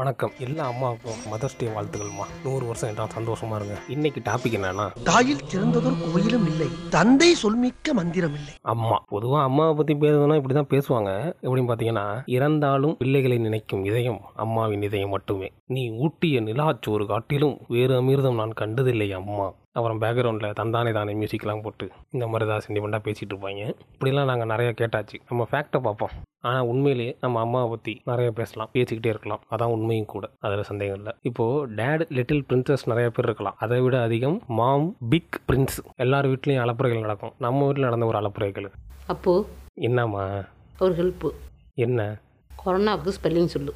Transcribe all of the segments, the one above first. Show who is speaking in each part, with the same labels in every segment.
Speaker 1: வணக்கம் எல்லா அம்மாவுக்கும் மதர்ஸ் டே வாழ்த்துக்கள்மா நூறு வருஷம் என்றால் சந்தோஷமா இருங்க இன்னைக்கு டாபிக் என்னன்னா
Speaker 2: தாயில் சிறந்ததொரு கோயிலும் இல்லை தந்தை சொல்மிக்க மந்திரம் இல்லை
Speaker 1: அம்மா பொதுவாக அம்மாவை பற்றி பேசுனா இப்படி தான் பேசுவாங்க எப்படின்னு பார்த்தீங்கன்னா இறந்தாலும் பிள்ளைகளை நினைக்கும் இதயம் அம்மாவின் இதயம் மட்டுமே நீ ஊட்டிய நிலாச்சோறு காட்டிலும் வேறு அமிர்தம் நான் கண்டதில்லை அம்மா அப்புறம் பேக்ரவுண்டில் தந்தானே தானே மியூசிக்லாம் போட்டு இந்த மாதிரி தான் சென்டிமெண்ட்டாக பேசிகிட்டு இருப்பாங்க இப்படிலாம் நாங்கள் நிறையா கேட்டாச்சு நம்ம ஃபேக்டை பார்ப்போம் ஆனால் உண்மையிலேயே நம்ம அம்மாவை பற்றி நிறைய பேசலாம் பேசிக்கிட்டே இருக்கலாம் அதான் உண்மையும் கூட அதில் சந்தேகம் இல்லை இப்போது டேட் லிட்டில் பிரின்சஸ் நிறைய பேர் இருக்கலாம் அதை விட அதிகம் மாம் பிக் பிரின்ஸ் எல்லார் வீட்லேயும் அலப்புறைகள் நடக்கும் நம்ம வீட்டில் நடந்த ஒரு அலப்புறைகள்
Speaker 3: அப்போ
Speaker 1: என்னம்மா
Speaker 3: ஒரு ஹெல்ப்பு
Speaker 1: என்ன
Speaker 3: கொரோனாவுக்கு ஸ்பெல்லிங் சொல்லு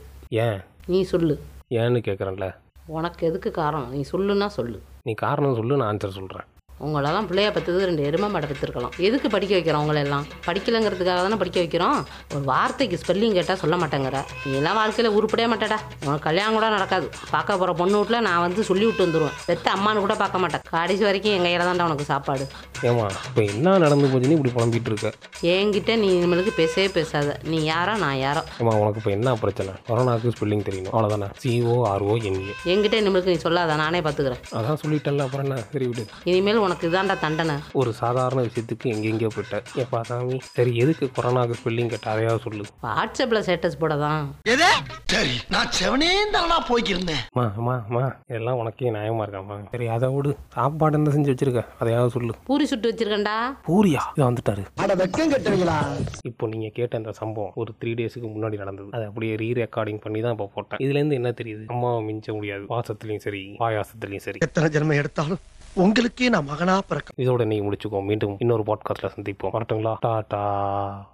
Speaker 1: ஏன்
Speaker 3: நீ சொல்லு
Speaker 1: ஏன்னு கேட்குறேன்ல
Speaker 3: உனக்கு எதுக்கு காரணம் நீ சொல்லுன்னா சொல்லு
Speaker 1: நீ காரணம் சொல்லு நான் ஆன்சர் சொல்கிறேன்
Speaker 3: உங்களெல்லாம் பிள்ளைய பத்தது ரெண்டு எருமை மாடை பத்திருக்கலாம் எதுக்கு படிக்க வைக்கிறோம் உங்களை எல்லாம் படிக்கலைங்கிறதுக்காக தானே படிக்க வைக்கிறோம் ஒரு வார்த்தைக்கு ஸ்பெல்லிங் கேட்டால் சொல்ல மாட்டேங்கிற நீ எல்லாம் வாழ்க்கையில் உருப்படவே மாட்டேடா உனக்கு கல்யாணம் கூட நடக்காது பார்க்க போகிற பொண்ணு வீட்டில் நான் வந்து சொல்லி விட்டு வந்துடுவேன் பெத்த அம்மானு கூட பார்க்க மாட்டேன் கடைசி வரைக்கும் எங்கள் கையில் தான்டா உனக்கு சாப்பாடு
Speaker 1: ஏம்மா இப்போ என்ன நடந்து போச்சுன்னு இப்படி புலம்பிகிட்டு இருக்க
Speaker 3: என்கிட்ட நீ இனிமேலுக்கு பேசவே பேசாத நீ யாரோ நான் யாரோ
Speaker 1: ஏம்மா உனக்கு இப்போ என்ன பிரச்சனை கொரோனாவுக்கு ஸ்பெல்லிங் தெரியணும் அவ்வளோதானே சிஓ ஆர்ஓ என்ஏ
Speaker 3: என்கிட்ட இனிமேலுக்கு நீ சொல்லாத நானே பார்த்துக்கிறேன்
Speaker 1: அதான் சொல்லிட்டேன்ல அப்புறம் என்ன சரி விடு
Speaker 3: இனிமேல் உனக்கு இதான்டா தண்டனை
Speaker 1: ஒரு சாதாரண விஷயத்துக்கு எங்கெங்கேயோ போயிட்டேன் எப்பா சாமி சரி எதுக்கு கொரோனாவுக்கு ஸ்பெல்லிங் கேட்ட அதையாவது சொல்லு
Speaker 3: வாட்ஸ்அப்பில் ஸ்டேட்டஸ் போட தான்
Speaker 2: எதே சரி நான் செவனே தானா போய்க்கிருந்தேன்
Speaker 1: அம்மா அம்மா அம்மா இதெல்லாம் உனக்கே நியாயமாக இருக்காம்மா சரி அதை விடு சாப்பாடு என்ன செஞ்சு வச்சிருக்க அதையாவது சொல்லு
Speaker 3: பூரி சுட்டு வச்சிருக்கேன்டா
Speaker 1: பூரியா இதை வந்துட்டாரு
Speaker 2: அட வெக்கம் கட்டுவீங்களா
Speaker 1: இப்போ நீங்கள் கேட்ட அந்த சம்பவம் ஒரு த்ரீ டேஸுக்கு முன்னாடி நடந்தது அதை அப்படியே ரீ ரெக்கார்டிங் பண்ணி தான் இப்போ போட்டேன் இதுலேருந்து என்ன தெரியுது அம்மாவை மிஞ்ச முடியாது பாசத்துலையும் சரி பாயாசத்துலையும் சரி
Speaker 2: எத்தனை ஜென்மம் எடுத்தாலும் உங்களுக்கே நான் மகனா பிறக்க
Speaker 1: இதோட நீங்கள் முடிச்சுக்கோ மீண்டும் இன்னொரு பாட்காஸ்ட்டில் சந்திப்போம் வரட்டுங்களா டாட்டா